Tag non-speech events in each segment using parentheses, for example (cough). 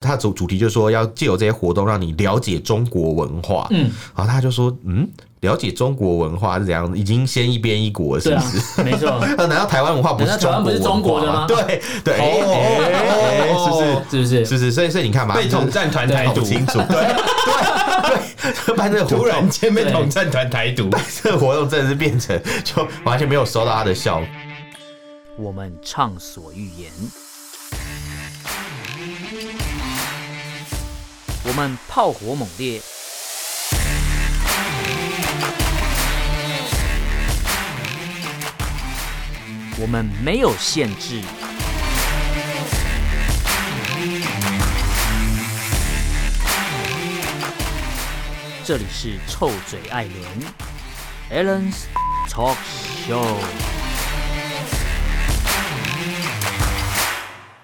他主主题就说要借由这些活动让你了解中国文化，嗯，然后他就说，嗯，了解中国文化是怎样，已经先一边一国了，是对不啊是？， (laughs) 没错。啊难道台湾文化不是难道台湾不是中国文化中国对对，哦哎哎哦哎哦是不是？是是，所以所以你看嘛，被统战战团台独搞，清 (laughs) 楚，对对对，办这个突活然动，间被统战团台独。这个活动真的是变成就完全没有收到他的效果。我们畅所欲言；我们炮火猛烈；我们没有限制。这里是臭嘴艾伦 a l l e n s Talk Show。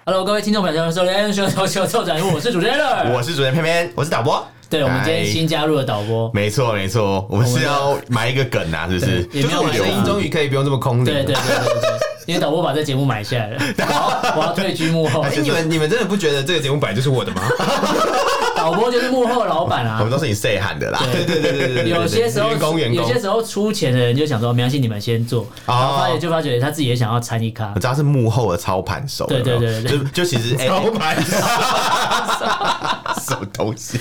Hello，各位听众朋友，欢迎收听《人选球球臭展我是主持人乐。我是主持人偏偏，我是导播。对，我们今天哎新加入的导播，没错没错，我们是要埋一个梗啊，是不是？对也就没是有我声音终于可以不用这么空灵对了。对对对对，因为导播把这节目买下来 (laughs) 了，我要我要退居幕后，哎，你们你们真的不觉得这个节目本来就是我的吗？导播就是幕后老板我啊们。都是你 say 喊的啦。对对对对对对，有些时候员工员哦有工些时候出钱的人就想说，没关系，你们先做，然后发觉就发觉他自己也想要参一咖我，知道是幕后的操盘手，对对有没有对对对就就其 (laughs) 实哎 (laughs) 招牌什么东 (laughs) 西？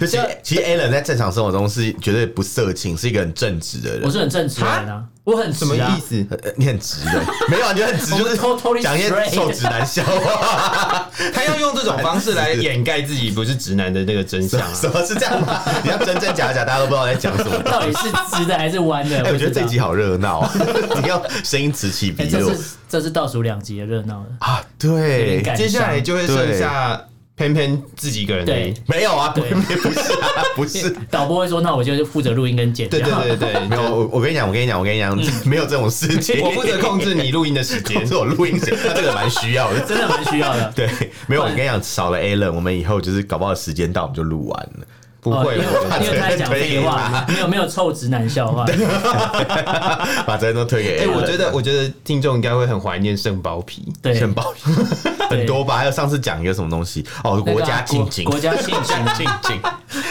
就其实其实 Alan 在正常生活中是绝对不色情，是一个很正直的人。我是很正直的人啊，我很什么直啊意，思？呃你很直的， (laughs) 没有啊，你很直，我就们是 totally 讲一些 straight 臭直男笑 (laughs) 话。他要用这种方式来掩盖自己不是直男的那个真 (laughs) 相啊什！么是这样吗？你要真真假假，大家都不知道在讲什 (laughs) 么。到底是直的还是弯 (laughs) 的？哎，我觉得哎不知这道集好热闹 (laughs) 啊，你要声音此起哎，彼这落是这是倒数两集的热闹了，啊！有对点，感接下来就会剩对下偏偏自己一个人而已对。没有啊，不 (laughs) 对不是啊，不是。导播会说，那我就负责录音跟剪掉对。对对对，没有，我我跟你讲，我跟你讲，我跟你嗯讲，没有这种事情。我负责控制你录音的时也间。 (laughs) 是我录音时，这个蛮需要的。。(laughs) 真的蛮需要 (laughs) 的对，没有，我跟你讲，少了 Alan，我们以后就是搞不好时间到我们就录完了。 (laughs) (laughs) 不哦会，因为我因为他在讲废话，没有没有臭直男笑话。把责任都推给哎、 Alan。我觉得，我觉得听众应该会很怀念圣包皮。对，很包很多吧，还有上次讲一个什么东西哦，那个啊国家进国京，国家庆景，进京，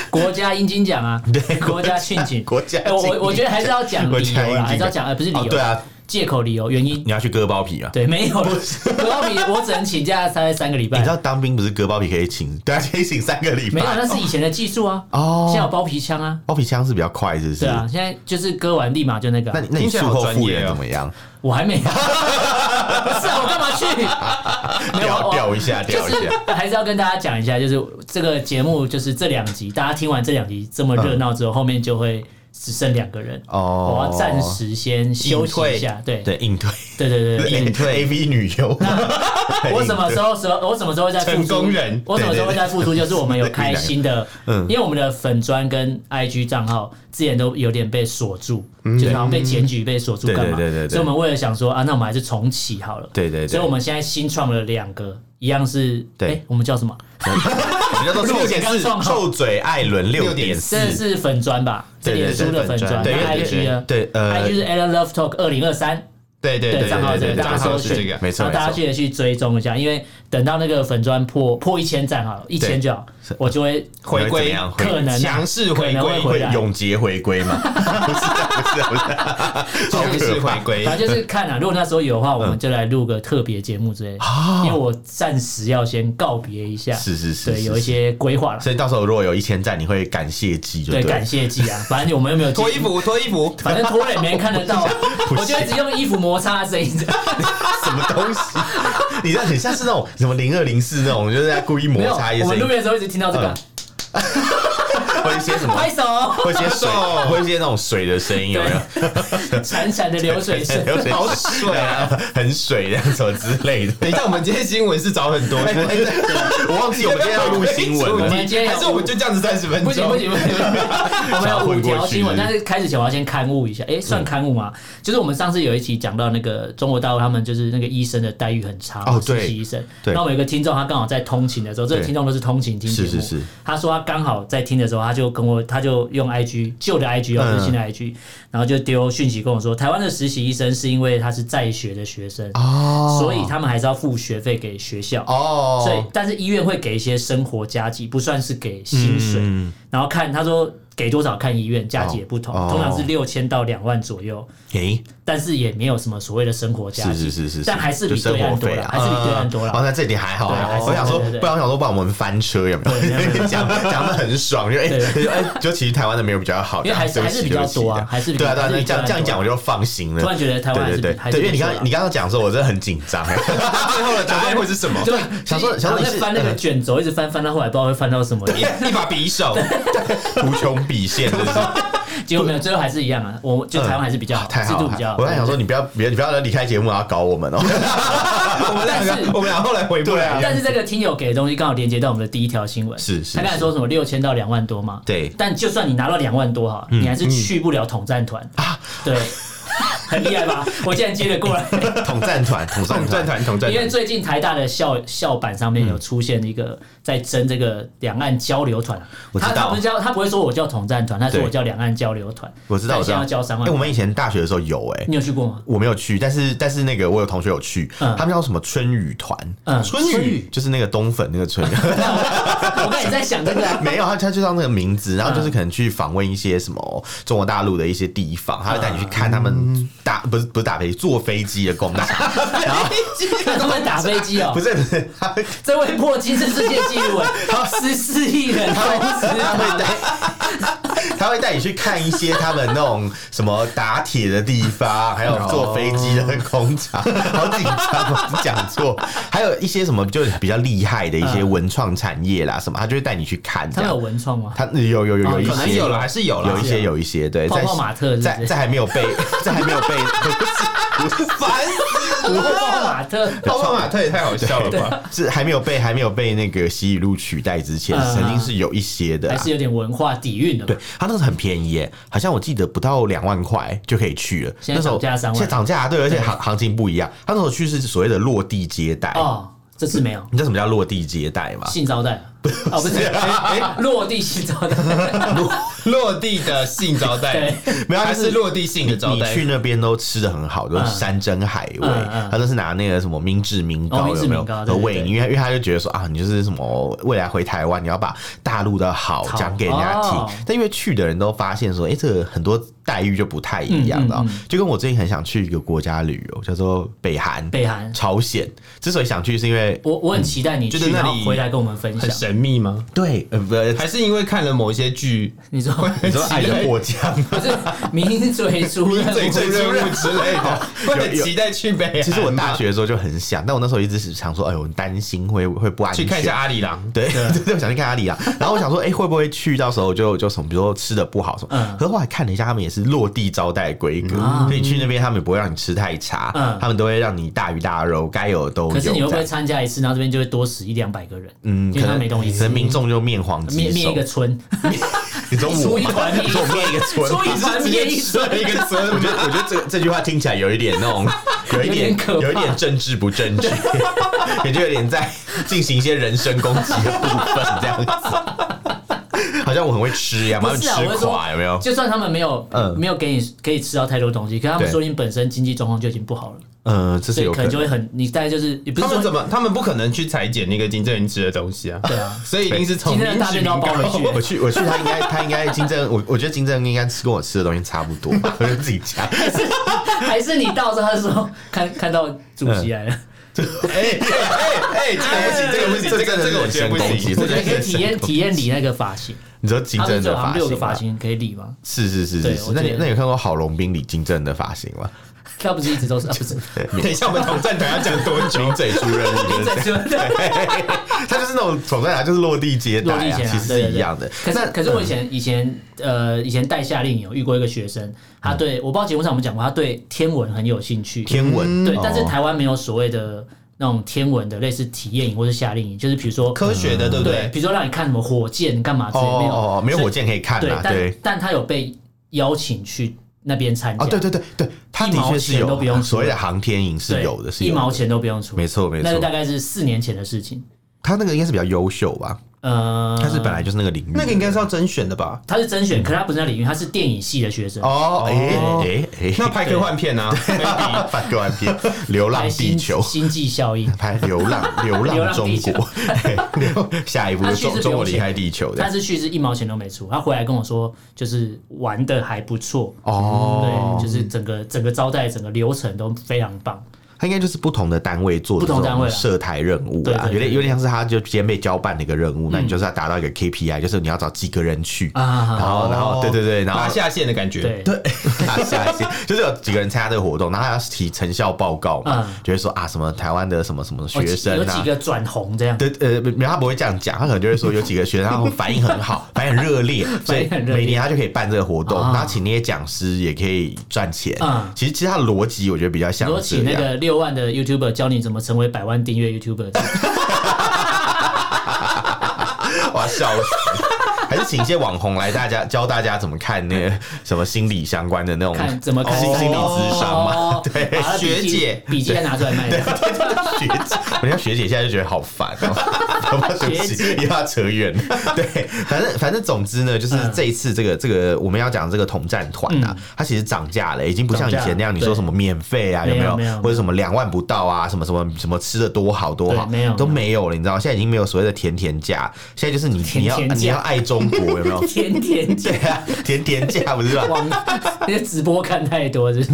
国家阴茎奖啊，对国家庆景，国家哎我庆景我我觉得还是要讲国理家由啦，阴茎奖还是要讲，呃，不是理哦由，对，啊，借口理由原因，你要去割包皮啊。对，没有了。不要比我只能请假大概三个礼哎你拜知，道当兵不是割包皮可以请， (laughs) 对啊，可以请三个礼没拜有，。那是以前的技术啊。哦现在有包皮枪啊，包皮枪是比较快，是不是对？啊，现在就是割完立马就那个啊那，你那你听起来术好后专复业原哦怎么样？我还 (laughs) 没啊，不是啊，我干嘛 (laughs) 去？ (laughs) 没有掉我掉一下，掉一下。还是要跟大家讲一下，就是这个节目，就是这两集，大家听完这两集这么热闹之后，后面就会只剩两个人。嗯哦我要暂时先休息一下。对对，硬推，对对对，硬推 A V 女优。 (laughs) 我什么时候时候我什么时候会再付成出？功人我什么时候会再付出？就是我们有开新的， (laughs) 嗯因为我们的粉砖跟 IG 账号之前都有点被锁住，就是好像被检举、被锁住嗯对干嘛？对对对对所以我们为了想说啊，那我们还是重启好了。对对对所以我们现在新创了两个，一样是对诶我们叫什么？我们叫做六臭点点刚四上，好臭嘴艾伦六点四这。是粉砖吧？这对对脸对书的粉砖，粉砖对那对对 IG 呢？对呃，IG 啊是 Alan Love Talk 二零二三，对对对对账号这对个大对，家账搜号是这寻个，。没错然后大家没错记得去追踪一下，因为等到那个粉砖破破一千赞好了，一千就好，我就会回会怎么归样会可能啊强势回可能会归，回会来永劫回归吗？不是啊，不是啊，不是啊，好强势可怕回归。反正就是看啊，如果那时候有的话，我们就来录个特别节目之类的，因为我暂时要先告别一下，是是是，啊对，是有一。些规划了，所以到时候如果有一千赞，你会感谢季，就对，了感谢季啊，反正我们又没有脱衣记，服，脱衣服，反正脱了也没人看得到啊，不我是就一直用衣服摩擦的声音，什么东西？ (laughs) 你知道，很像是那种什么零二零四那种，就是在故意摩没有，擦一些 (laughs) 我声们音，录音的时候一直听到这个嗯会一些什么， (laughs) 拍手，会一些水，会一些那种水的声音，有没有？潺潺的流 (laughs) 水声，流水好水啊！很水这样什么之类的。等一下，我们今天新闻是找很哎多，我忘记我们今天要录新闻啊我 (laughs) 了。们今天有还是我们就这样子三十分不钟？行不行不行， (laughs) 我们有五条新想混过去闻，但是开始前我要先刊物一下，诶，算刊物吗？就是我们上次有一期讲到那个中国大陆他们就是那个医生的待遇很差嘛，哦实对习医生。对那我们有一个听众，他刚好在通勤的时候，这个对听众都是通勤听节目，是是是他说他刚好在听的时时候，他就跟我，他就用 IG 旧的 IG 哦，嗯不是新的 IG，、然后就丢讯息跟我说，台湾的实习医生是因为他是在学的学生，哦所以他们还是要付学费给学校。哦，所以，但是医院会给一些生活家计，不算是给薪水。嗯然后看他说给多少，看医院家计也不同，哦哦通常是六千到两万左右，诶，但是也没有什么所谓的生活家是是计。是是，但还是就比生对岸活多费了，啊，还是比对岸多哦，了。那这里还好对还啊。是我想说，对对对不然我想说，把我们翻车有没对没有没有？(laughs) 有讲讲的很爽，就哎，就哎，就其实台湾的没有比较好，因为还是对不还起是比较多啊，。还是对比不起对啊，对啊，还那是比这样对岸这样讲我多啊就放心了。突然觉得台湾还对是对比还对，是对，因为比你较刚多啊你刚刚讲的时候，我真的很紧张。 (laughs) 哎最后的答案会是什么？对，想说想说你在是翻那个卷轴，一直翻翻到后来，不知道会翻到 (laughs) 什么，一一把匕首，图穷匕见，真是结果没有，最后还是一样啊。我就台湾还是比较啊好，太制好度了比较好。我还想说，你不要别你不要离开节目然后搞我们 (laughs) 哦。我们两但是个，我们俩后来回不对来啊了。但是这个听友给的东西刚好连接到我们的第一条新闻，是是他刚才说什么六千到两万多嘛？对但就算你拿到两万多嗯哈，你还是去不了统战团啊。对，很厉害 (laughs) 吧？我竟然接得过来，统战团，统统战战团，团，统战因为团，最近台大的校校版上面有出现一个在争这个两岸交流团，啊我知他道他不是叫他不会说我叫统战团，他说对我叫两岸交流团。我知道，我但知现在道。要交三万哎，我们以前大学的时候有哎，你有去 (laughs) 过吗？我没有去，但是但是那个我有同学有去，嗯他们叫什么春雨团，嗯春春雨雨就是那个冬粉那个春雨， (laughs) 我刚才也在想这个啊。没有他他就叫那个名字，然后就是可能去访问一些什么中国大陆的一些地方，他会带你去看他嗯们打不是不是打飞机坐飞机的工厂， (laughs) 然后他们打飞机哦不，是不是他会这位破今世世界纪 (laughs) 录哎，十四亿人啊同时他打会带。他会带你去看一些他们那种什么打铁的地方，还有坐飞机的工厂，好紧张哦！讲错，还有一些什么就是比较厉害的一些文创产业啦，什么他就会带你去看这他们有样。文创吗？他有有有有一可能些有了，还是有了，有一些有一些对，泡在泡玛特是不是在在还没有被在还没有被烦泡死了。泡玛特，泡泡玛特也太好笑了吧！是还没有被还没有被那个西语录取代之前，嗯曾经是有一些的啊还啦，是有点文化底蕴的嘛对，，它那个很便宜耶，好像我记得不到两万块就可以去了。现在那时候涨价3万现在涨价啊对，而且行行情不一样。他那时候去是所谓的落地接待，哦，这次没有你知道什么叫落地接待吗？性招待啊，哦不是，哎哎落地性招待，落地的性招待对，没有啊还就是是落地性的招你待。去那边都吃的很好，都是嗯山珍海味嗯嗯，他都是拿那个什么明治明哦糕明治有没有明糕的对对喂对你，因为因为他就觉得说啊，你就是什么未来回台湾，你要把大陆的好好讲给人家听哦。但因为去的人都发现说，哎，这个很多待遇就不太一样了嗯嗯。就跟我最近很想去一个国家旅游，叫做北韩。北韩，朝鲜之所以想去，是因为我我很期待你就在去，那然里后回来跟我们分很享。神秘吗？对呃不，还是因为看了某一些剧，你说你说爱的果酱，不是名嘴出任 (laughs) 最最任务务，之类的，会很期待去北韩吗。其实我大学的时候就很想，但我那时候一直是想说，哎呦，我担心会会不安去全。看一下阿里郎，对， (laughs) 对对，我想去看阿里啊。然后我想说，哎、会不会去到时候就就什么，比如说吃的不好什么？嗯可是后来看了一下，他们也是落地招待规格，嗯所以去那边他们也不会让你吃太差，嗯他们都会让你大鱼大肉，该有的都有。 (laughs) 可是你会这不会样参加一次，然后这边就会多死一两百个人？嗯，因为可他能没东西可能吃，民众就面黄肌灭灭瘦一个。村，你说出我一吗？团你说我灭一个村吗，出一团灭一村。一个村。我觉得，我觉得这这句话听起来有一点那 (laughs) 种，有一有点点可怕有一点政治不正 (laughs) 确，也就有点在进行一些人身攻击的部分，这样子。好像我很会吃一样，把不他们是啊吃我会说垮有没有？就算他们没有，哦嗯没有给你可以吃到太多东西，可他们对说你本身经济状况就已经不好了，嗯，这是所以有可可能能就。会很，你大概就是，也不是他们说怎么？他们不可能去裁剪那个金正恩吃的东西啊，对啊，所以一定是从今天的大便都要包回去我去，我去，他应该，他应该金正，我我觉得金正恩应该吃跟我吃的东西差不多吧， (laughs) 我就自己加。 (laughs) 还是你到时候他说看看到主席来嗯了，哎哎哎，哎这个不行，这个不行，这个这这个我觉得不这行。真的我 (laughs) 觉得可以体验这个体验理那个发型，你说金他正恩们就的好发像六个型啊发吗，型可以理吗？是是是对是是我。那觉你得那你有看过郝龙斌理金正恩的发型吗？他不是一直都是，啊不是，等一下，我们统战团要讲多 (laughs) 久？名嘴出任意就是这样。他就是那种总在哪就是落地接待落地啊，前其啊，实对是对一对样的。可是可是我以前以前呃以前带夏令营有遇过一个学生，他对我不知道节目上有没有讲过，他对天文很有兴趣，嗯天文对，但是哦台湾没有所谓的那种天文的类似体验营或是夏令营，就是比如说科学的，对不对，对？比如说让你看什么火箭干嘛之哦类的，没有哦哦，没有火所以箭可以看对啦，，但对。但他有被邀请去那边参加，哦，对对对对，他的一毛确钱是都不用有出所谓的航天营是对有的，是一有的毛钱都不用出，没错没那个大错。概是四年前的事情。他那个应该是比较优秀吧？呃，他是本来就是那个领域，那个应该是要甄选的吧？他是甄选，可是他不是那领域，他是电影系的学生。哦，哎哎哎，那拍科幻 (laughs) 片啊，那拍个完片《流浪拍地星球》，星际 (laughs) 效应，拍《流浪流 (laughs) 流浪浪中地球国》 (laughs) 嘿，下一步他就去中是中国不离用钱开地球他的是去是一毛钱都没出，他回来跟我说就是玩的还不错，哦对，，就是整个整个招待整个流程都非常棒。他应该就是不同的单位做的不同单位啊设台任务对啦对，对嗯有点有点像是他就先被交办的一个任务，那你就是要达到一个 KPI，就是你要找几个人去，啊然后然后对对对， (laughs) 然后 (laughs) 拉下线的感觉。对，对，那下一期就是有几个人参加这个活动，然后他要提成效报告嘛，嗯就会说啊什么台湾的什么什么有学几生哦有啊几。个转红这样，对，呃，没有，他不会这样讲，他可能就会说有几个学生，他们反应很 (laughs) 好，反应很热烈，所以反应很热烈每年他就可以办这个活动，啊然后请那些讲师也可以赚钱嗯。其实，其实他的逻辑我觉得比较像我这请那样。个六万的 YouTuber 教你怎么成为百万订阅 YouTuber， (laughs) 我要笑死。还是请一些网红来，大家教大家怎么看那个什么心理相关的那种看怎么看心哦心理智智商嘛。嘛，对，把他的笔记学姐笔记再拿出来卖掉，学姐，我家学姐现在就觉得好烦哦、 (laughs) 好吧，对不起，学姐又要扯远。对，反正反正总之呢，就是嗯这一次这个这个我们要讲这个统战团啊，它其实涨价了，已经不像以前那样，你涨价说什么免费啊，有没有有没有？或者什么两万不到啊，什么什么什么吃的多好多好，对没有都没有了，你知道？现在已经没有所谓的甜甜价，现在就是你甜甜你要价？你要爱中国有没有 (laughs) 天天对讲啊，甜甜价不是吧？网，那些直播看太多，是不是？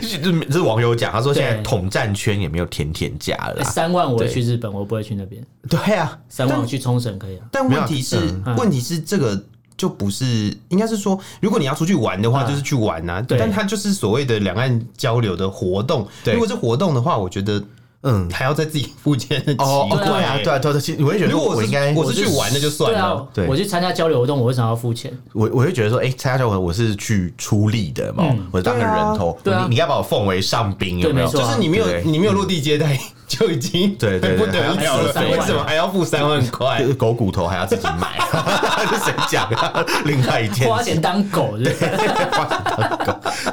这这是网友讲，他说现在对统战圈也没有甜甜价了啊。三万我去日本，我不会去那边，对啊，三万我去冲绳可以啊。但问题是没有，嗯问题是这个就不是，应该是说，如果你要出去玩的话，嗯就是去玩啊。对但它就是所谓的两岸交流的活动。对如果是活动的话，我觉得嗯，还要在自己附件很奇哦，哦怪。对啊，对啊，对啊，其实我会觉得如果我我应该，我是去玩的就算对了啊。，对我去参加交流活动，我为什么要付钱？我我会觉得说，哎，参加交流我是去出力的嘛嗯，我是当个对啊人头，对啊你你要把我奉为上宾，有没有对？没错就是你没有对嗯你没有落地接待，就已经对对对很不得还要了付了。三万为什么还要付三万块就？是狗骨头还要自己买，是谁讲啊？另外一件事花钱当狗是不是？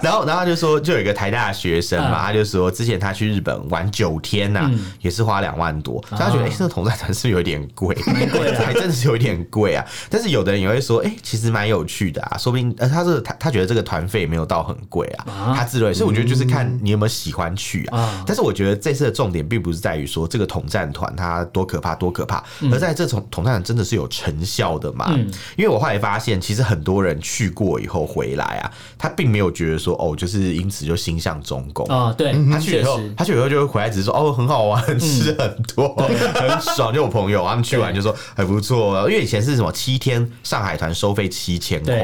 然后，然后他就说，就有一个台大的学生嘛，嗯他就说，之前他去日本玩九天呐、嗯也是花两万多，所以他觉得，哎、这个统战团是不是有点贵，贵的啊还 (laughs) 真的是有点贵啊。但是有的人也会说，哎、其实蛮有趣的啊，说不定，呃，他是他他觉得这个团费没有到很贵啊，啊他自认为，所以我觉得就是嗯看你有没有喜欢去啊。啊但是我觉得这次的重点并不是在于说这个统战团它多可怕多可怕，嗯而在这种统战团真的是有成效的嘛？嗯因为我后来发现，其实很多人去过以后回来啊，他并没有觉得说哦，就是因此就心向中共。哦，对，他去了确以后实，，他去了以后就会回来，只是说哦，很好玩，吃很多，很爽。就有朋友他们去玩就说还不错，因为以前是什么七天上海团收费七千块对，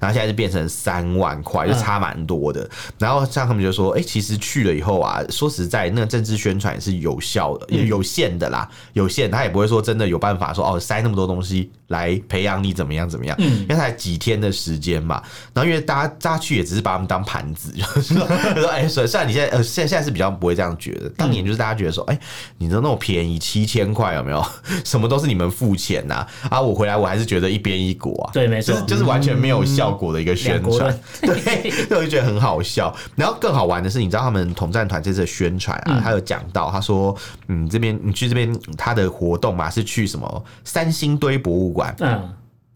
然后现在是变成三万块，就差蛮多的。然后像他们就说，哎，其实去了以后啊，说实在，那个政治宣传是有效的，也有限的啦，有限，他也不会说真的有办法说哦，塞那么多东西来培养你怎么样怎么样，因为才几天的时间嘛。然后因为大家大家去也只是把他们当盘子， (laughs) 就是说，就说哎，虽虽然你现在呃现在现在是比较不会这样觉得，当年就是大家觉得说，哎、你知道那种便宜七千块有没 (laughs) 有？什么都是你们付钱呐、啊，我回来我还是觉得一边一国啊，对没错就是就是完全没有效果的一个宣嗯两国传论，对，所以我就觉得很好笑。然后更好玩的是，你知道他们统战团这次的宣传啊，嗯他有讲到，他说，嗯，这边你去这边他的活动嘛，是去什么三星堆博物馆，嗯，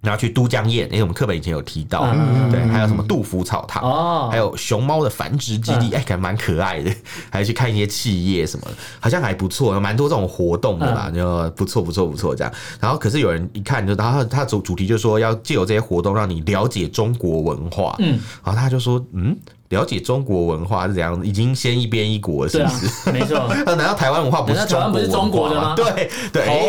然后去都江堰，因为我们课本以前有提到，嗯嗯对，还有什么杜甫草堂，哦还有熊猫的繁殖基地，哎、感觉蛮可爱的，还去看一些企业什么的，好像还不错，蛮多这种活动的嗯啦，就不错不错不错这样。然后可是有人一看就，然后他主主题就说要借由这些活动让你了解中国文化，嗯，然后他就说，嗯，了解中国文化是怎样，已经先一边一国了是对不啊是？，没错，呃 (laughs) 难道台湾文化不是啊难道台湾不是中国文化中国对对，哎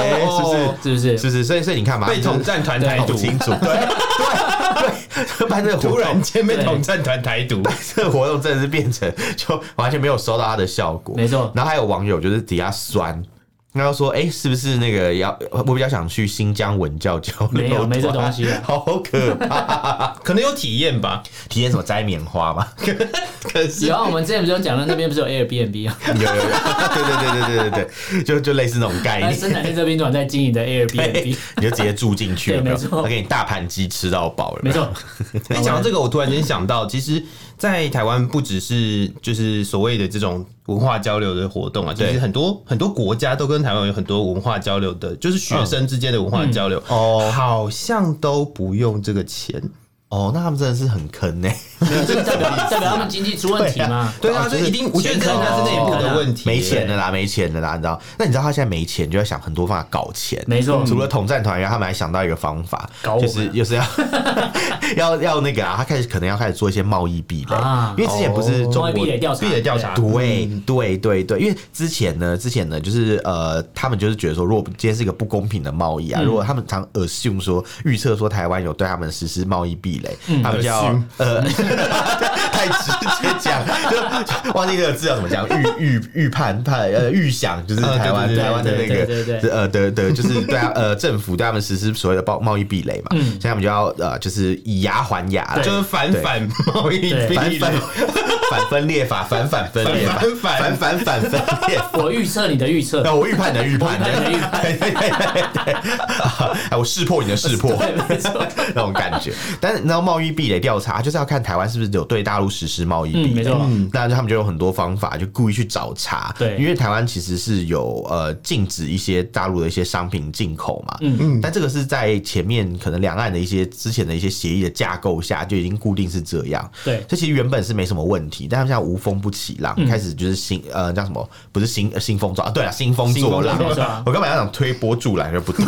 哎哎是不是？是不是？是不是？所以所以你看嘛，被就是 (laughs) 统战团台搞不独，清楚，对 (laughs) 对对，办这个突活然动，间被对统战团台独。 (laughs) 这个活动真的是变成就完全没有收到它的效果，没错然后还有网友就是底下酸。然后说，哎、是不是那个要？我比较想去新疆文教交流团，没有没这东西啊好可怕！ (laughs) 可能有体验吧，体验什么摘棉花吗？可是有啊，我们之前不是有讲到那边不是有 Airbnb 啊？有有 (laughs) 有，对对对对对对对，就就类似那种概但念。生产线这边短在经营的 Airbnb，你就直接住进去，对有没有没？错他给你大盘鸡吃到饱，有没有？错，哎你讲到这个，我突然间想到，其实，在台湾不只是就是所谓的这种文化交流的活动啊，其对实很多很多国家都跟台湾有很多文化交流的，就是学生之间的文化交流，哦好像都不用这个钱。哦，那他们真的是很坑呢、欸没有，就是代表代表他们经济出问题嘛。对啊，哦就所以是一定，我觉得钱这可应能该是内部的问题，啊没钱了啦，没钱了啦，你知道？那你知道他现在没钱，就要想很多方法搞钱。嗯没错除了统战团以外，他们还想到一个方法搞，我就们是就是 (laughs) 要 (laughs) 要要那个啊，他开始可能要开始做一些贸易壁垒啊，因为之前不是中贸易国壁垒调查，壁垒调查对对对对，因为之前呢，之前呢，就是呃，他们就是觉得说，如果今天是一个不公平的贸嗯易啊，如果他们常 assume 说预测说台湾有对他们实施贸易壁垒，嗯他们就要 assume 呃， (laughs) 太直接讲，就忘记这个字要怎么讲，预预预判判呃预想，就是呃对台湾对对台湾的那啊对对对个对呃的的，就是对啊呃政府对他们实施所谓的贸贸易壁垒嘛，所以他们就要呃就是以牙还牙啦，嗯对就是反对反贸易对壁反垒反 (laughs) 反分裂法，反反分裂法，反反反反反分裂法。我预测你的预测， (laughs) 那我预判你的预判，我预判你的 (laughs) 对对预判对对， (laughs) 哎，我识破你的识 (laughs) 破，没错， (laughs) 那种感觉。但是你知道贸易壁垒调查，就是要看台湾是不是有对大陆实施贸易壁嗯没垒错。那就他们就有很多方法，就故意去找茬。对因为台湾其实是有呃禁止一些大陆的一些商品进口嘛。嗯嗯。但这个是在前面可能两岸的一些之前的一些协议的架构下就已经固定是这样。对嗯这其实原本是没什么问题，但他们现在无风不起浪，开始就是新呃叫什么？不是新呃兴风作浪，对啊，兴风作浪兴风作啊浪。 (laughs) 我干嘛要讲推波助澜就 (laughs) 不对，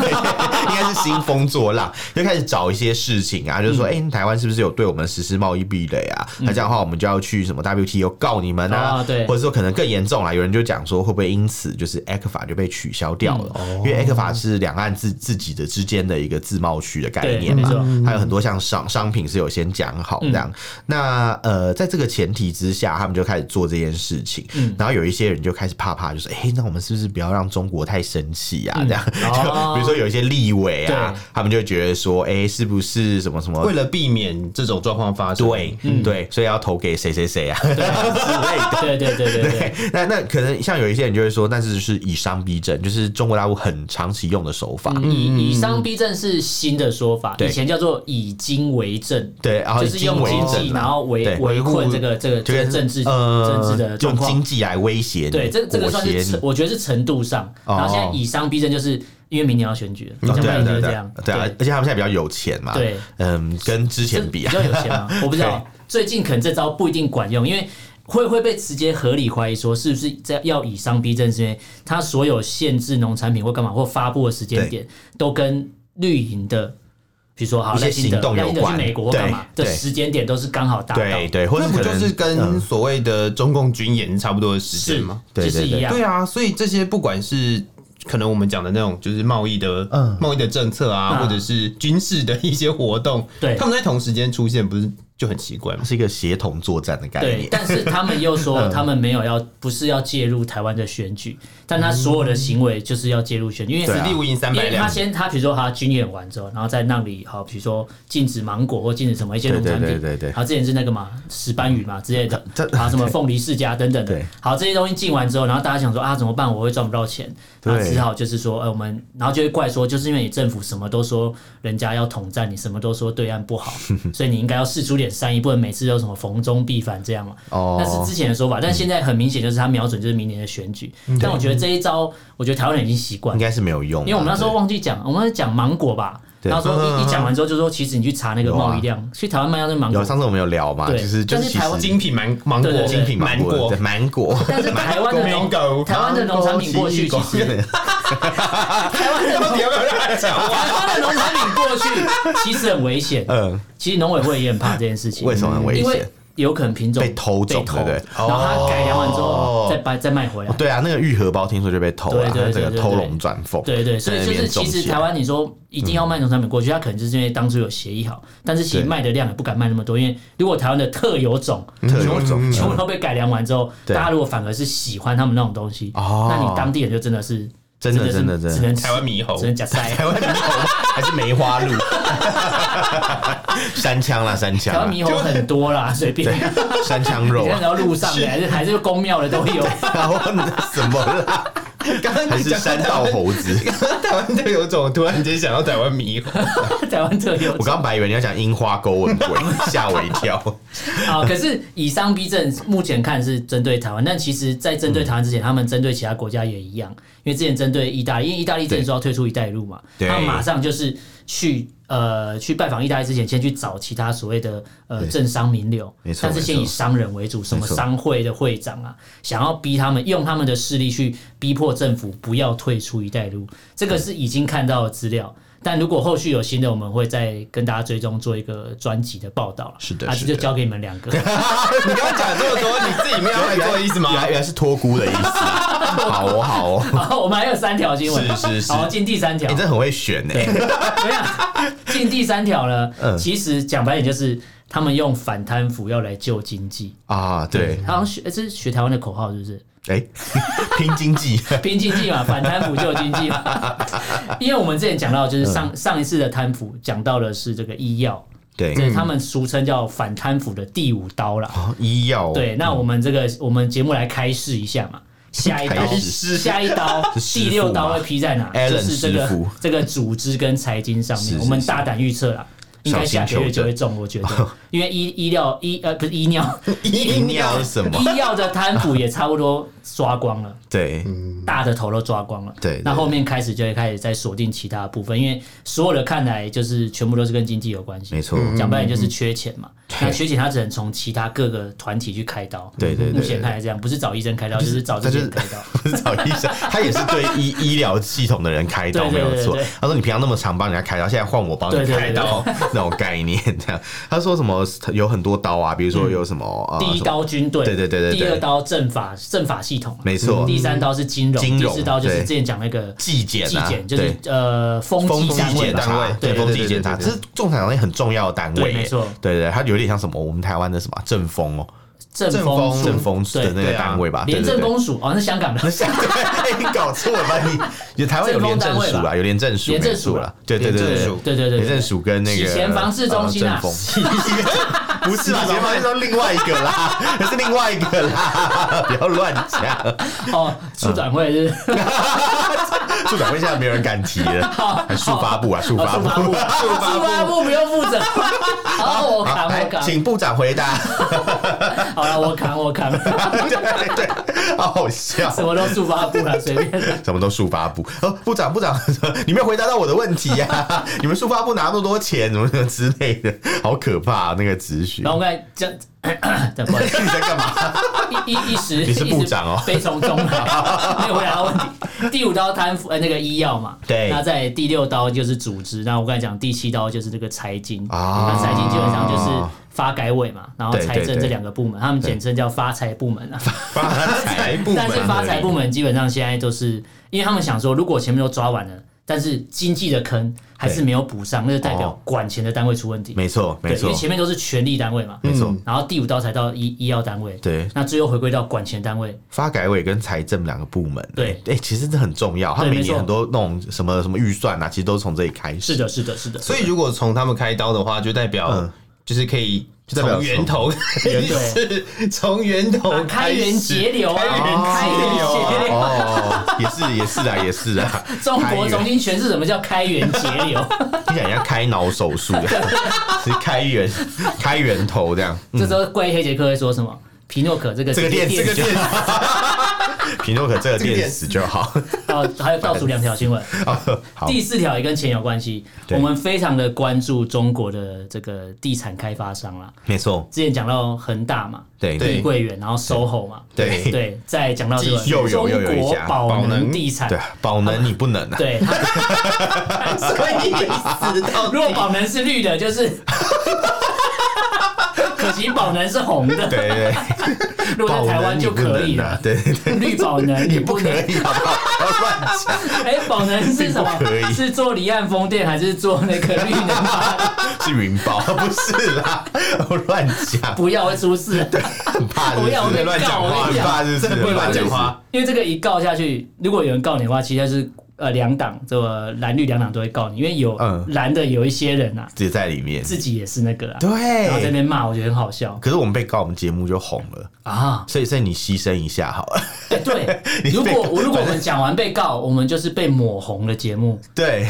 应该是兴风作浪，就开始找一些事情嗯啊，就是说，哎，台湾是不是有对我们实施贸易壁垒啊？那这样的话，我们就要去什么 WTO 告你们啊啊？对或者说可能更严重啦，有人就讲说，会不会因此就是 ECFA 就被取消掉了？嗯哦因为 ECFA 是两岸自自己的之间的一个自贸区的概对念没嘛错，嗯还有很多像商商品是有先讲好这样。那呃，在这个前提之下，他们就开始做这件事情，嗯然后有一些人就开始怕怕，就是哎、诶那我们是不是不要让中国太生气啊？这样， (laughs) 就哦比如说有一些立委啊对，他们就觉得说，哎、是不是什么什么为了避免这种状况发生，对、嗯对，所以要投给谁谁谁啊之类的。对对对对对，对， (laughs) 那那可能像有一些人就会说，但是是以商逼政，就是中国大陆很长期用的手法。以以商逼政是新的说法，嗯对以前叫做以经为政，对，然后就以是用为经政济啦然后围对围困维护这个这个这个政治呃政治的状用况经。济来威胁你，对，这这个裹算挟是你程我觉得是程度上。哦然后现在以商逼政，就是因为明年要选举了，哦好像对啊拜登对啊对就是这啊样，对啊，而且他们现在比较有钱嘛，对，嗯，跟之前比啊较，有钱 (laughs) 吗？我不知道，最近可能这招不一定管用，因为会会被直接合理怀疑说是不是在要以商逼政，是因为它所有限制农产品或干嘛或发布的时间点都跟绿营的。比如说，好，一些赖清德行动有赖清德关去美国或干嘛对的对时间点都是刚好达到，对对，或者那不可就是能嗯跟所谓的中共军演差不多的时是间吗？对其对实一样，对啊，所以这些不管是可能我们讲的那种，就是贸易的嗯贸、易的政策啊，啊或者是军事的一些活动，对他们在同时间出现，不是就很奇怪吗？是一个协同作战的概对念，，但是他们 (laughs) 嗯又说他们没有要，不是要介入台湾的选举，但他所有的行为就是要介入选举，因为对是啊此地无银三因百为他两，先他比如说他军演完之后，然后在那里好，比如说禁止芒果或禁止什么一些农产品，对对对对对然后之前是那个嘛石斑鱼嘛之类的这，啊什么凤梨世家等等的对，好这些东西禁完之后，然后大家想说啊怎么办？我会赚不到钱，对然后只好就是说，呃我们然后就会怪说，就是因为你政府什么都说人家要统战，你什么都说对岸 (laughs) 不好，所以你应该要试出点善意，不能每次都什么逢中必反这样嘛。哦那是之前的说法，但现在很明显就是他瞄准就是明年的选举，嗯但我觉得这一招，我觉得台湾人已经习惯应了。该是没有用啊，因为我们那时候忘记讲，我们那时候讲芒果吧，对然后说嗯嗯一一讲完之后就说，其实你去查那个贸易量，去台湾卖掉是芒对有啊果，上次我们有聊嘛，对就是就是但是其台湾实精品芒芒对果，对对精品芒果，对芒果。 (laughs) 但是台 (laughs) 湾的芒果啊农台湾的农产品过去其实台湾的啊到底要不要让他讲话？ (laughs) 台湾的农产品过去其实很危险，嗯，其实农委会也很怕这件事情，为什么很危因为险？有可能品种被偷种被偷对不对然后他改良完之哦后再把再卖回来，对啊，那个玉荷包听说就被偷了，对对对这个对对偷龙转凤。对对，所以在那就边是其种起实来台湾你说一定要卖农产品过去，它可能就是因为当初有协议好，但是其对嗯实卖的量也不敢卖那么多，因为如果台湾的特有种 (laughs) 特有种全部都被改良完之后，对大家如果反而是喜欢他们那种东西，哦那你当地人就真的是真的真的真的是只能台湾猕猴只能假塞。台湾猕猴还是梅花 (laughs) 鹿， (laughs) 山枪啦，山枪台湾啦，猕猴很多啦，随便， (laughs) 你山枪肉看啊， (laughs) 到路上的还是还是公庙的都有。然后什么啦？刚刚 (laughs) 还是山道猴子？ (laughs) 台湾特有种，突然间想到台湾猕猴，台湾特有我刚本来以为你要讲樱花勾吻鬼，吓我一跳。 (laughs) 啊。可是以伤逼症目前看是针对台湾，但其实，在嗯针对台湾之前，他们针对其他国家也一样，因为之前针对意大利，因为意大利之前说要退出“一带一路”嘛，对他们马上就是去呃去拜访意大利之前，先去找其他所谓的呃对政商名流没错，但是先没以错商人为主，什么没错商会的会长啊，想要逼他们用他们的势力去逼迫政府不要退出“一带一路”，这个是已经看到的资料。但如果后续有新的，我们会再跟大家追踪做一个专辑的报道了。是的啊，是这的就交给你们两个。 (laughs) 你刚刚讲这么多，你自己没有要来做意思吗原？来原来是托孤的意思。好哦，好哦，好，我们还有三条新闻，是是是好，进第三条你、。 (laughs) 真的很会选欸呢、怎么样？进第三条了。嗯其实讲白点就是，他们用反贪腐要来救经济。啊，对，好像学诶这是学台湾的口号，是不是？哎、拼经济，拼经 (laughs) 济嘛，反贪腐救经济嘛。因为我们之前讲到，就是上、嗯上一次的贪腐讲到的是这个医药，对，这他们俗称叫反贪腐的第五刀啦。嗯哦医药，对，，那我们这个我们节目来开示一下嘛，下一刀开，示下一刀， (laughs) 师傅第六刀嘛会劈在哪？ Alan 就是这师个傅这个组织跟财经上是面，是我们大胆预测啦。应该下个月就会中，我觉得，因为医医疗医呃不是 (laughs) 医尿，医药是什么？医药的贪腐也差不多刷光了，对，大的头都抓光了。嗯对对那后面开始就会开始再锁定其他的部分，因为所有的看来就是全部都是跟经济有关系。没错讲白点嗯就是缺钱嘛。那缺钱，他只能从其他各个团体去开刀。对对对对目前看来这样，不是找医生开刀，就是找这些人开刀。不是找医生，他也是对医医疗系统的人开刀，对没对对有错对对。他说你平常那么常帮人家开刀，现在换我帮你对对对开刀，那种概念这样。他说什么有很多刀啊，比如说有什么呃嗯第一刀军队，对对对对对第二刀政法政法系统，啊没错嗯第三刀是金融，金融第四刀就是对之前讲那个纪检纪啊，检，就对是。呃风风纪单位检吧。查，对对对风对纪对检查，对这对是仲裁行业很重要的单位对耶，没错对对，它有点像什么，我们台湾的什么政风哦，政政风署政风对的那个对啊单位吧，对廉对政对。公署哦，那香港的 (laughs) 那像对，你搞错了吧？你有台湾有廉政署政风单位啊，吧有廉政署，廉政没署错啊啦，对对对廉对政对署，对对对廉对政署跟那个洗钱防治中心啊呃政风不是吧？洗钱防治中心另外一个啦，那是另外一个啦，不要乱讲。哦，促转会嗯是不是处长会现在没有人敢提了，还速发部啊，速哦发速部发。 (laughs) 部，速发部不用负责，好，好，我扛来我，扛，哎请部长回答。好了，我扛我扛， (laughs) 对对，好好笑，什么都速发部了，随便。 (laughs) 什么都速发部哦，部长部长， (laughs) 你没有回答到我的问题呀、 (laughs) 你们速发部拿那么多钱，怎么怎么之类的，好可怕、啊那个咨询然。后我刚才这样，这样不好意思你 (coughs) 在干嘛？ (laughs) 一一一时，你是部长哦一时悲从中来， (laughs) 没有回答到问题。第五刀贪腐，呃，那个医药嘛，对那在第六刀就是组织，那我刚才讲第七刀就是这个财经啊那财经基本上就是发改委嘛，然后对对财政对这两个部门，他们简称叫发财部门啊。发财部门， (laughs) 但是发财部门基本上现在都是，因为他们想说，如果前面都抓完了，但是经济的坑还是没有补上，那就代表哦管钱的单位出问题。没错，没对，因错为，前面都是权力单位嘛，没错。然后第五刀才到医医药单位，对那最后回归到管钱单位，发改委跟财政两个部门，对哎、其实这很重要。他每没错年很多那种什么什么预算啊，其实都是从这里开始。是，的，是的，是的。所以如果从他们开刀的话，就代表嗯就是可以就代表从源头开 (laughs) 源始，从源头啊开源节流啊，开开源源节流节啊。流。哦，也是也是啊，也是啊。 (laughs) 中国开总源经全是什么叫开源节 (laughs) 流？听起来很像开脑手 (laughs) 术，是开源开源头这样。这时候怪黑杰克会说什么？皮诺可这个嗯这个电电视这 (laughs) 个电死，皮诺可这个电死就好。哦，还有倒数两条新闻， (laughs) 好，第四条也跟钱有关系。对我们非常的关注中国的这个地产开发商啦。没错，之前讲到恒大嘛，对对碧桂园，然后 SOHO 嘛，对对，再讲到这继续又个有中又有一国家宝宝能能地产对，，宝能你不能啊，对，它所以死到底如果宝能是绿的， (laughs) 就是。可惜宝能是红的，对对，如果宝在台能湾你就不可以能啊了，。对对对，绿宝能也你不不可能。以，好不好？不要乱讲，哎，宝能是什么并不可以？是做离岸风电还是做那个绿能 (laughs) 发？是云豹，不是啦，我乱讲，不要会出事，很怕不是要不我是被乱告讲话，我跟很你讲怕是不是真的不能乱讲话。因为这个一告下去，如果有人告你的话，其实他是呃两党这个蓝绿两党都会告你，因为有嗯蓝的有一些人啊，自己在里面。自己也是那个啊，然后在那对，边骂，我觉得很好笑可是我们被告，我们节目就红了，啊。所以所以你牺牲一下好了。哎对， (laughs) 你如被果告我如果我们讲完被告，我们就是被抹红的节目，对，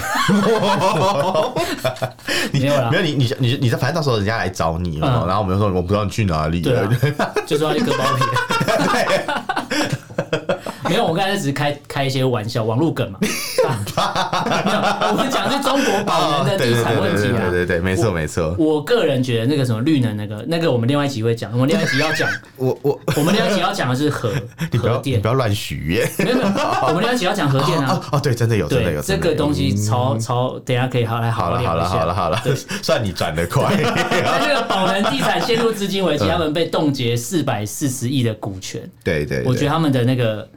你没有啦没有你你你你，反正到时候人家来找你嘛，嗯然后我们就说我不知道你去哪里对了啊。， (laughs) 就说要去割包皮。 (laughs) 没有，我刚才只是开开一些玩笑，网络 (laughs) 梗嘛。没有，我们讲的是中国哦保人的对对地对产问对题对对啊。对对，没错没错。我个人觉得那个什么绿能那个那个，我们另外一集会讲，我们另外一集 (laughs) 要讲，我我我们另外一集要讲的是核你不核要你电不，要乱许愿。没有没有，我们另外一集要讲核电啊 (laughs) 哦。哦，对，真的有，真的对有，这真的个有东西超超，等一下可以好来好好了，好聊一了，下。好了，好了，算你转得快。 (laughs) 那这个宝能地产陷入资金嗯危机，他们被冻结四百四十亿的股权，对对，对我觉得他们的那个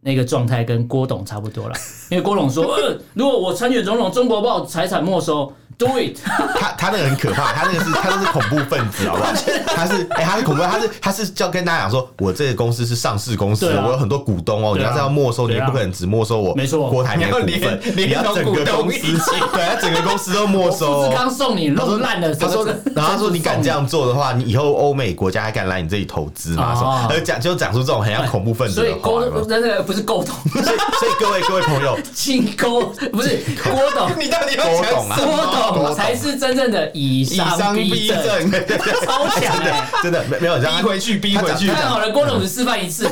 那个状态跟郭董差不多了，因为郭董说，呃，如果我参选总统，中国把我财产没收，do it，他他那个很可怕，他那个是他那是恐怖分子，好不好？他是哎、他是恐怖，他是他是叫跟大家讲说，我这个公司是上市公司，对啊我有很多股东哦，你对啊要是要没收，你对也啊不可能只没收我，没错郭台铭的股份，你要连你要整个连同公股东司，一起对，他整个公司都 (laughs) 没富收士。康送你他弄说烂了，他说什么，然后他说你敢这样做的话，你以后欧美国家还敢来你这里投资吗？哦什么？而呃讲就讲出这种很像恐怖分子所以的话，郭有没有那个不是郭董，所以所以各位各位朋 (laughs) 友，姓郭不是郭董，你到底要郭讲董啊什么？郭董才是真真的以以商商逼 (laughs) 逼政，政，超强真的哎！真的没没有让逼他回去，逼回去他。看好了，郭董只示范一 (laughs) 次，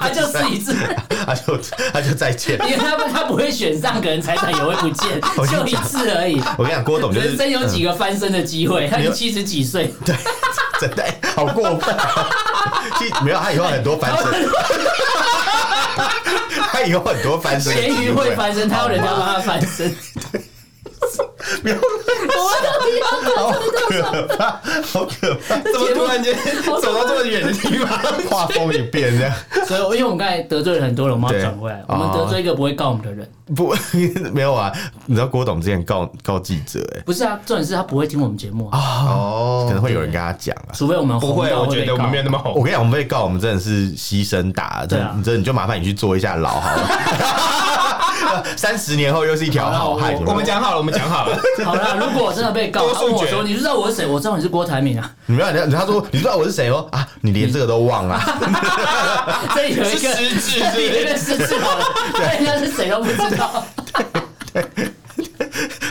他就试一次，他就他就再见。因为他他不会选上，可能财产也会不 (laughs) 见，就一次而已。我跟你讲，郭董就是人生有几个翻身的机嗯会？他已经七十几 (laughs) 岁，对，真的、好过分、啊。其实没有，他以后很多翻身，他以后很多翻身的机。咸鱼会翻身，他要人家帮他翻身。 (laughs) 不要好可怕，好可怕！怎么突然间走到这么远的地方？画风一变，这样所以，因为我们刚才得罪了很多人，我们要对转回来哦，我们得罪一个不会告我们的人。不 (laughs) 没有啊？你知道郭董之前告告记者、欸，不是啊，重点是他不会听我们节目啊，可哦，能会有人跟他讲啊。除非我们不会，红到我会觉被得我告们没有那么我红。跟你讲，我们被告，我们真的是牺牲打，真对的，啊你真的你就麻烦你去坐一下牢好了。三十年后又是一条好汉，好啦有没有我们讲好了，我们讲好了。 (laughs) 好啦，如果我真的被告，多他问数我决说：“你知道我是谁？”我知道你是郭台铭 (laughs) 啊。 (laughs) 你不要，你他说你知道我是谁哦啊，你连这个都忘 (laughs) 了，这里有一个是失智是不是 (laughs) 有一个失智老人，人家是谁都不知道。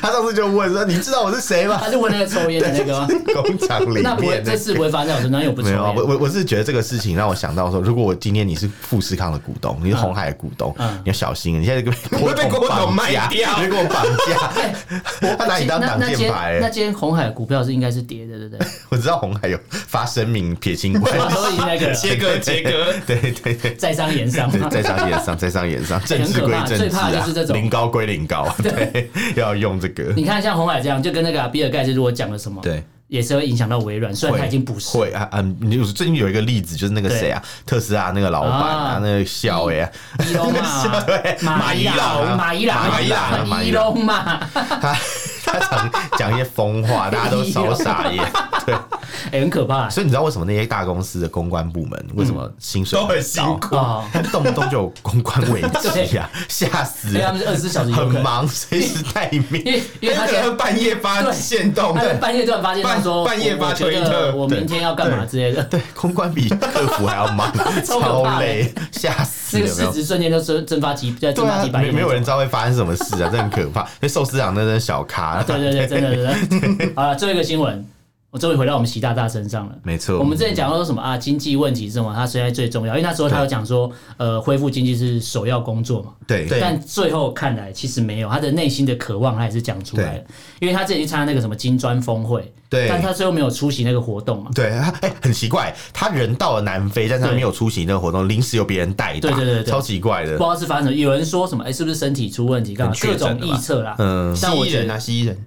他上次就问说你知道我是谁吗？他是问那个抽烟的那个吗？工厂里面那不会，的这次不会发生在我身上，因为我不抽没有啊，烟我。我我是觉得这个事情让我想到说，如果我今天你是富士康的股东，你是红海的股东，嗯你要小心，你现在就被会被郭董绑架卖掉你会给我绑架，他拿你当那挡那箭间牌那欸。间红海股票是应该是跌的，对 (laughs) 不对？我知道红海有发声明撇清关我系，都已经那个了切割，切割。对对对。在商言商啊对嘛。在商言商，在商言商，政很治可归怕政最治怕的啊就是这，种零高归零高，对，要用这个，你看像红海这样，就跟那个啊比尔盖茨如果讲了什么，对，也是会影响到微软，虽然他已经不是。会啊，嗯，你就是最近有一个例子，就是那个谁啊，特斯拉那个老板啊啊，那个笑哎、伊 (laughs) 隆嘛对，马伊朗，马伊朗，马伊朗马伊啊伊朗隆嘛。他 (laughs) 他常讲一些疯话，大家都超傻眼。 (laughs) 对， (laughs) 哎，很可怕。所以你知道为什么那些大公司的公关部门为什嗯么薪水都很高辛苦哦，他们动不动就有公关危机 (laughs) 啊，吓死所以他人们！是二十四小时有很可能，忙，随时待 (laughs) 因命。为因为他他现可在能半夜发对现动，他在半夜突然发现，他说半半夜发我觉推得特我明天要干嘛之类的，对，公关比客服还要忙，超可怕超的累，吓死！这个有没市有？值瞬间就蒸蒸发几，再蒸对发啊几，百亿没那没种，有人知道会发生什么事 (laughs) 啊，这很可怕。因为寿司郎那真的小咖，啊对对对，真的真的。好了，最后一个新闻，我终于回到我们习大大身上了。没错我们之前讲到说什么啊，经济问题是什么，它现在最重要，因为那时候他有讲说，呃，恢复经济是首要工作嘛。对对但最后看来其实没有，他的内心的渴望他也是讲出来了，因为他之前去参加那个什么金砖峰会，对但他最后没有出席那个活动嘛。对，他哎、很奇怪，他人到了南非，但是他对没有出席那个活动，临时由别人代打，对对对对超奇怪不的知。道是发生什么，有人说什么，哎、是不是身体出问题？干嘛？很各确诊种了吧臆测啦。嗯但蜥我蜴觉人得啊，蜥蜴人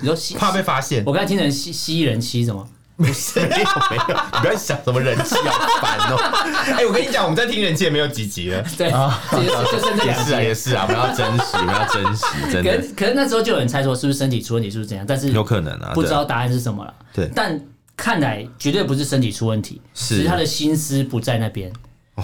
你说吸，怕被发现。我刚才听成吸吸人吸什么？没有没有，你不要想什么人气啊，好烦哦、哎，我跟你讲，我们在听人气也没有几集了，对， (laughs) 也是 (laughs) 就剩这也两是集啊，。也是啊，我们要珍惜，我们要珍惜，真可的是可是那时候就有人猜说是不是身体出问题，是不是怎样？但是有可能啊，不知道答案是什么了。对但看来绝对不是身体出问题，是哦只是他的心思不在那边。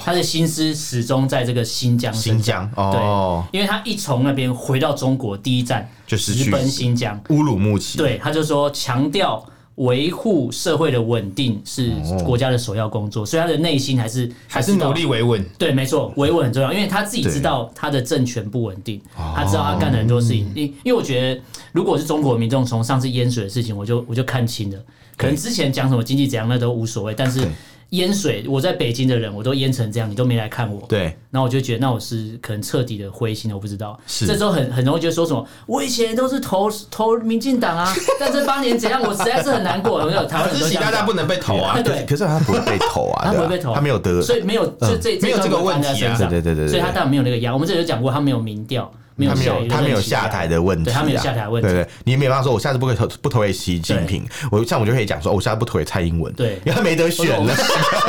他的心思始终在这个新疆身新上。疆哦，对，因为他一从那边回到中国，第一站就是去直奔新疆。乌鲁木齐，对，他就说强调维护社会的稳定是哦国家的首要工作，所以他的内心还是还是知道努力维稳。对，没错，维稳很重要，因为他自己知道他的政权不稳定，他知道他干了很多事情。哦因因为我觉得，如果是中国民众从上次淹水的事情，我就我就看清了。可能之前讲什么经济怎样那都无所谓，但是对淹水，我在北京的人我都淹成这样，你都没来看我。对然后我就觉得，那我是可能彻底的灰心了，我不知道。是这时候很很容易就说什么，我以前都是投投民进 (laughs) 党啊，但这八年怎样，我实在是很难过。有没有？台湾而人都是这习样大大讲不能被投啊 (laughs) 对！哦可是他不会被投啊， (laughs) 他对不啊会被投，他没有得，嗯所以没有就这没有段这个会放在问题啊身上对对对对对所以他当然没有那个压。我们这里有讲过，他没有民调，没有他没下有一他没有任期啊下台的问题、对啊，他没有下台的问题对，对你也没办法说，我下次不可以投不投给习近平，我像我就可以讲说，哦我下次不投给蔡英文，对因为他没得我说选啊我了们。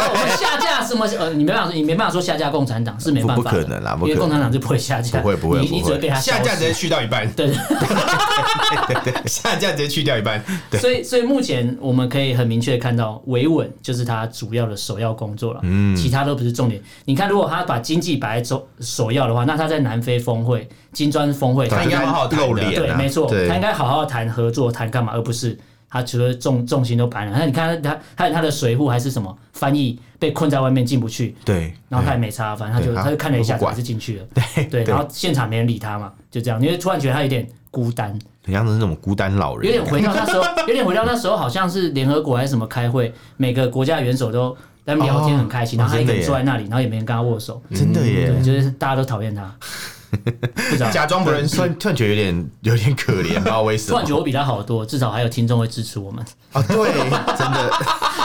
我们下架什么？呃，你没办法，你没办法说下架共产党是没办法的，不不可能啦不可能因为共产党就不会下架，不会不会你不会你只会被他下架消直失接去掉一半，对， (laughs) 下架直接去掉一半。对所以所以目前我们可以很明确地看到，维稳就是他主要的首要工作了，嗯，其他都不是重点。你看，如果他把经济摆在首首要的话，那他在南非峰会、金砖峰会，他应该 (laughs) 好好谈的露脸、对，啊，没错，他应对，该好好谈合作，谈干嘛，而不是他除了重重心都摆了。那你看他，他他连他的水户还是什么翻译被困在外面进不去，对，然后他也没差，反正他就对他他就看了一下他子，不管还是进去了。对然后现场没人理他嘛，就这样，你会突然觉得他有点孤单，很像是那种孤单老人，有点回到那时候，有点回到那时候，好像是联合国还是什么开会，每个国家元首都在那边聊天很开心，哦然后他一真的个人耶坐在那里，然后也没人跟他握手， (laughs) 真的耶。对，就是大家都讨厌他，不 (laughs) 知道。嗯假装不认识突。然突然觉得有点有点可怜，不知道为什突 (laughs) 么然觉。得我比他好多，至少还有听众会支持我们。哦啊，对，真的，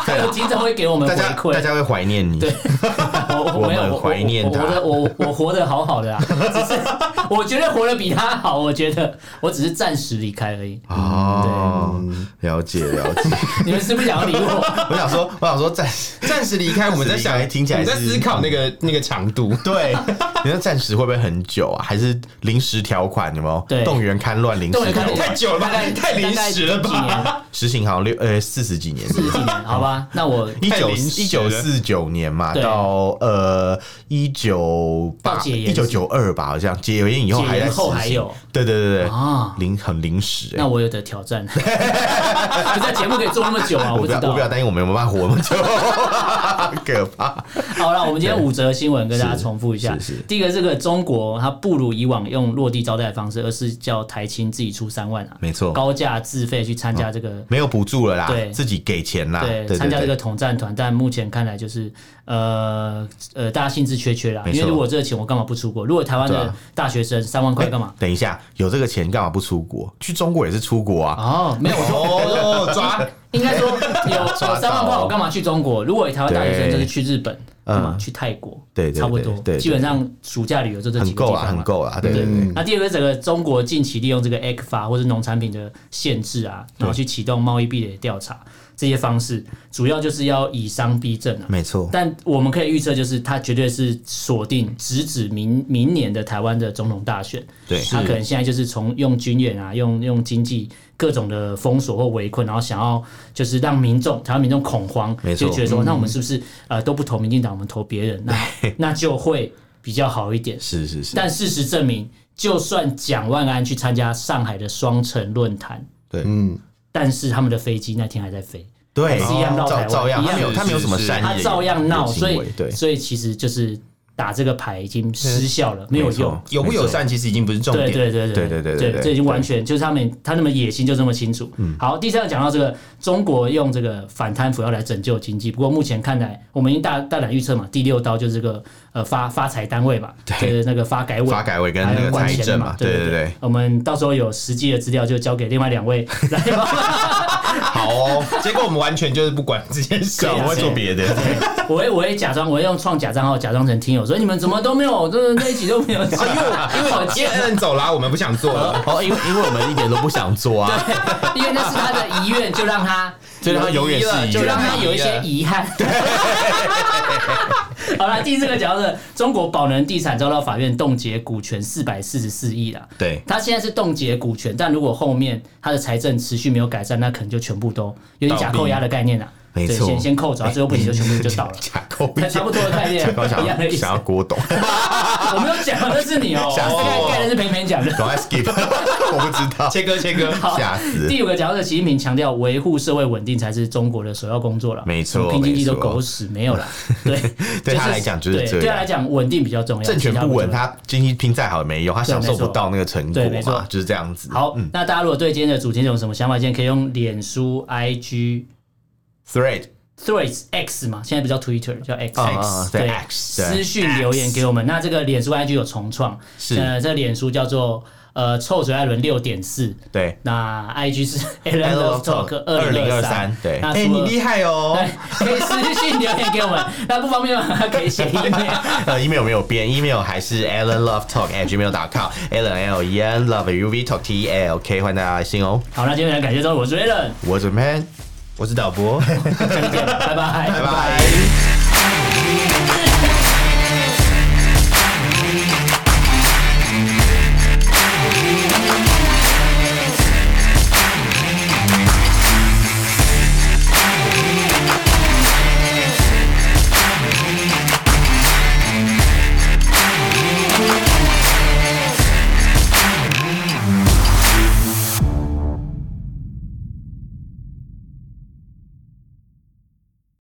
还有听众会给我们大回家馈，大家会怀念你。对 (laughs) 我我我没有们我怀念我他我活得我我活得好好的啊， (laughs) 只是我觉得活得比他好，我觉得我只是暂时离开而已。哦，了解了解。 (laughs) 你们是不是想要理我？我想说，我想说暂时暂时离开，我们在暂时离想，开听起来我们在是思考那个那个长度。 (laughs) 对，你说暂时会不会很久啊？还是临时条款有没有？对动员戡乱临动时员条款戡乱 (laughs) 太久了吧大概？太临时了大概几年吧？实行好像六呃四十几年，四十几年，好吧，那 (laughs) 我一太九临一时九了四九年嘛，对到呃一九到八解一严九九二吧，好像解严以后解还在严后实还行有，对对对对，啊临很临时欸。那我有的挑 (laughs) 战，不在节目可以做那么久啊，我不不知要，我道不。要担心我们有没有办法活那么久， (laughs) 可怕。好了，我们今天五则新闻跟大家重复一下是是是。第一个，这个中国它不如以往用落地招待的方式，而是叫台青自己出三万啊，没错高价自费去参加这个没有补助了啦，对自己给钱啦，对对，对参加这个对，统战团，但目前看来就是呃呃，大家兴致缺缺啦。没错因为如果这个钱我干嘛不出国？如果台湾对的啊大学生三万块干嘛？哎等一下，有这个钱干嘛不出国？去中国也是出国啊，哦，没有，我说哦， (laughs) 抓应该说有有抓到三万块，我干嘛去中国？如果台湾大学生哦对就是去日本，嗯干嘛去泰国？对对对差不对对多，对基本上暑假旅游就这几很个地够啊，方很嘛。够啊，对对对，嗯那第二个，整个中国近期利用这个 A 克法或者农产品的限制啊，然后去启动贸易壁垒调查，这些方式主要就是要以商逼政啊。没错，但我们可以预测，就是他绝对是锁定直指明明年的台湾的总统大选。对他可能现在就是从用军演啊，用用经济各种的封锁或围困，然后想要就是让民众台湾民众恐慌，没错嗯就觉得说，那我们是不是呃都不投民进党，我们投别人，那 (laughs) 那就会比较好一点。是是是，但事实证明，就算蒋万安去参加上海的双城论坛，对嗯，但是他们的飞机那天还在飞。对，还是一样绕台照照湾样，哦一他样没有他没有什么是是善意他的照样闹，行所以为对，所以其实就是打这个牌已经失效了，没有没错用。友不友善其实已经不是重对点。对对对对对对对对对嗯这已经完全就是他们他们的野心就这么清楚。好，第三个讲到这个中国用这个反贪腐要来拯救经济，不过目前看来，我们已经大大胆预测嘛，第六刀就是这个呃发发财单位嘛，对就是那个发改委，发改委跟那个还有管财钱政的嘛对对对对对。我们到时候有实际的资料就交给另外两位来帮好哦，结果我们完全就是不管这件事是。啊，我会做别的， (laughs) 我会我会假装，我会用创假账号假装成听友，说你们怎么都没有，就是那一集都没有讲，因啊为因为好 (laughs) 因贱为。恩走啦，我们不想 (laughs) 做了。哦，因为因为我们一点都不想做啊，对，因为那是他的遗愿，就让他， (laughs) 就让他永远是一就让样，他有一些遗憾。 (laughs) 好了，第四个讲到的中国宝能地产遭到法院冻结股权四百四十四亿啦。对他现在是冻结股权，但如果后面他的财政持续没有改善，那可能就全部都有点假扣押的概念啦。没对，错哎先先扣走，最后不行就全部就倒了。假抠一差差不多的概念假抠想 (laughs) 一样的意思想要郭董， (laughs) 我没有讲，那是你 (laughs) 哦、吓死我我大概概念是平平讲的。 (laughs) 赶快 skip，我不知道，切割切割，好吓死。第五个角色，习近平强调维护社会稳定才是中国的首要工作了。没错什么拼经济都没错狗屎，没有啦。 (laughs) 对， (laughs) 对他是来讲就是对这样对他来讲，稳定比较重要，政权其他不重稳，要他经济拼再好也没用，他享受不到那个成果对没错嘛，就是这样子。好，那大家如果对今天的主题有什么想法，现在可以用脸书、IG、 ，Thread Threads、X 嘛，现在不叫 Twitter，叫 X。啊啊对对 X，对私讯留言给我们。那这个脸书、IG 有重创，是呃，这脸书叫做呃臭嘴艾伦六点四，对那 IG 是 Alan Love Talk 二二零零二二三三，，对，那哎，除你了哎厉害哦。 (laughs) 可以私信留言给我们，那不方便的话 (laughs) 可以写 email。呃，email 没有变，email 还是 alan love talk at gmail com，alan l e n love u v talk t a l k，欢迎大家来信哦。好，那今天感谢周我是 Alan，我是 Man，我是导播。下次见，拜拜，拜拜拜。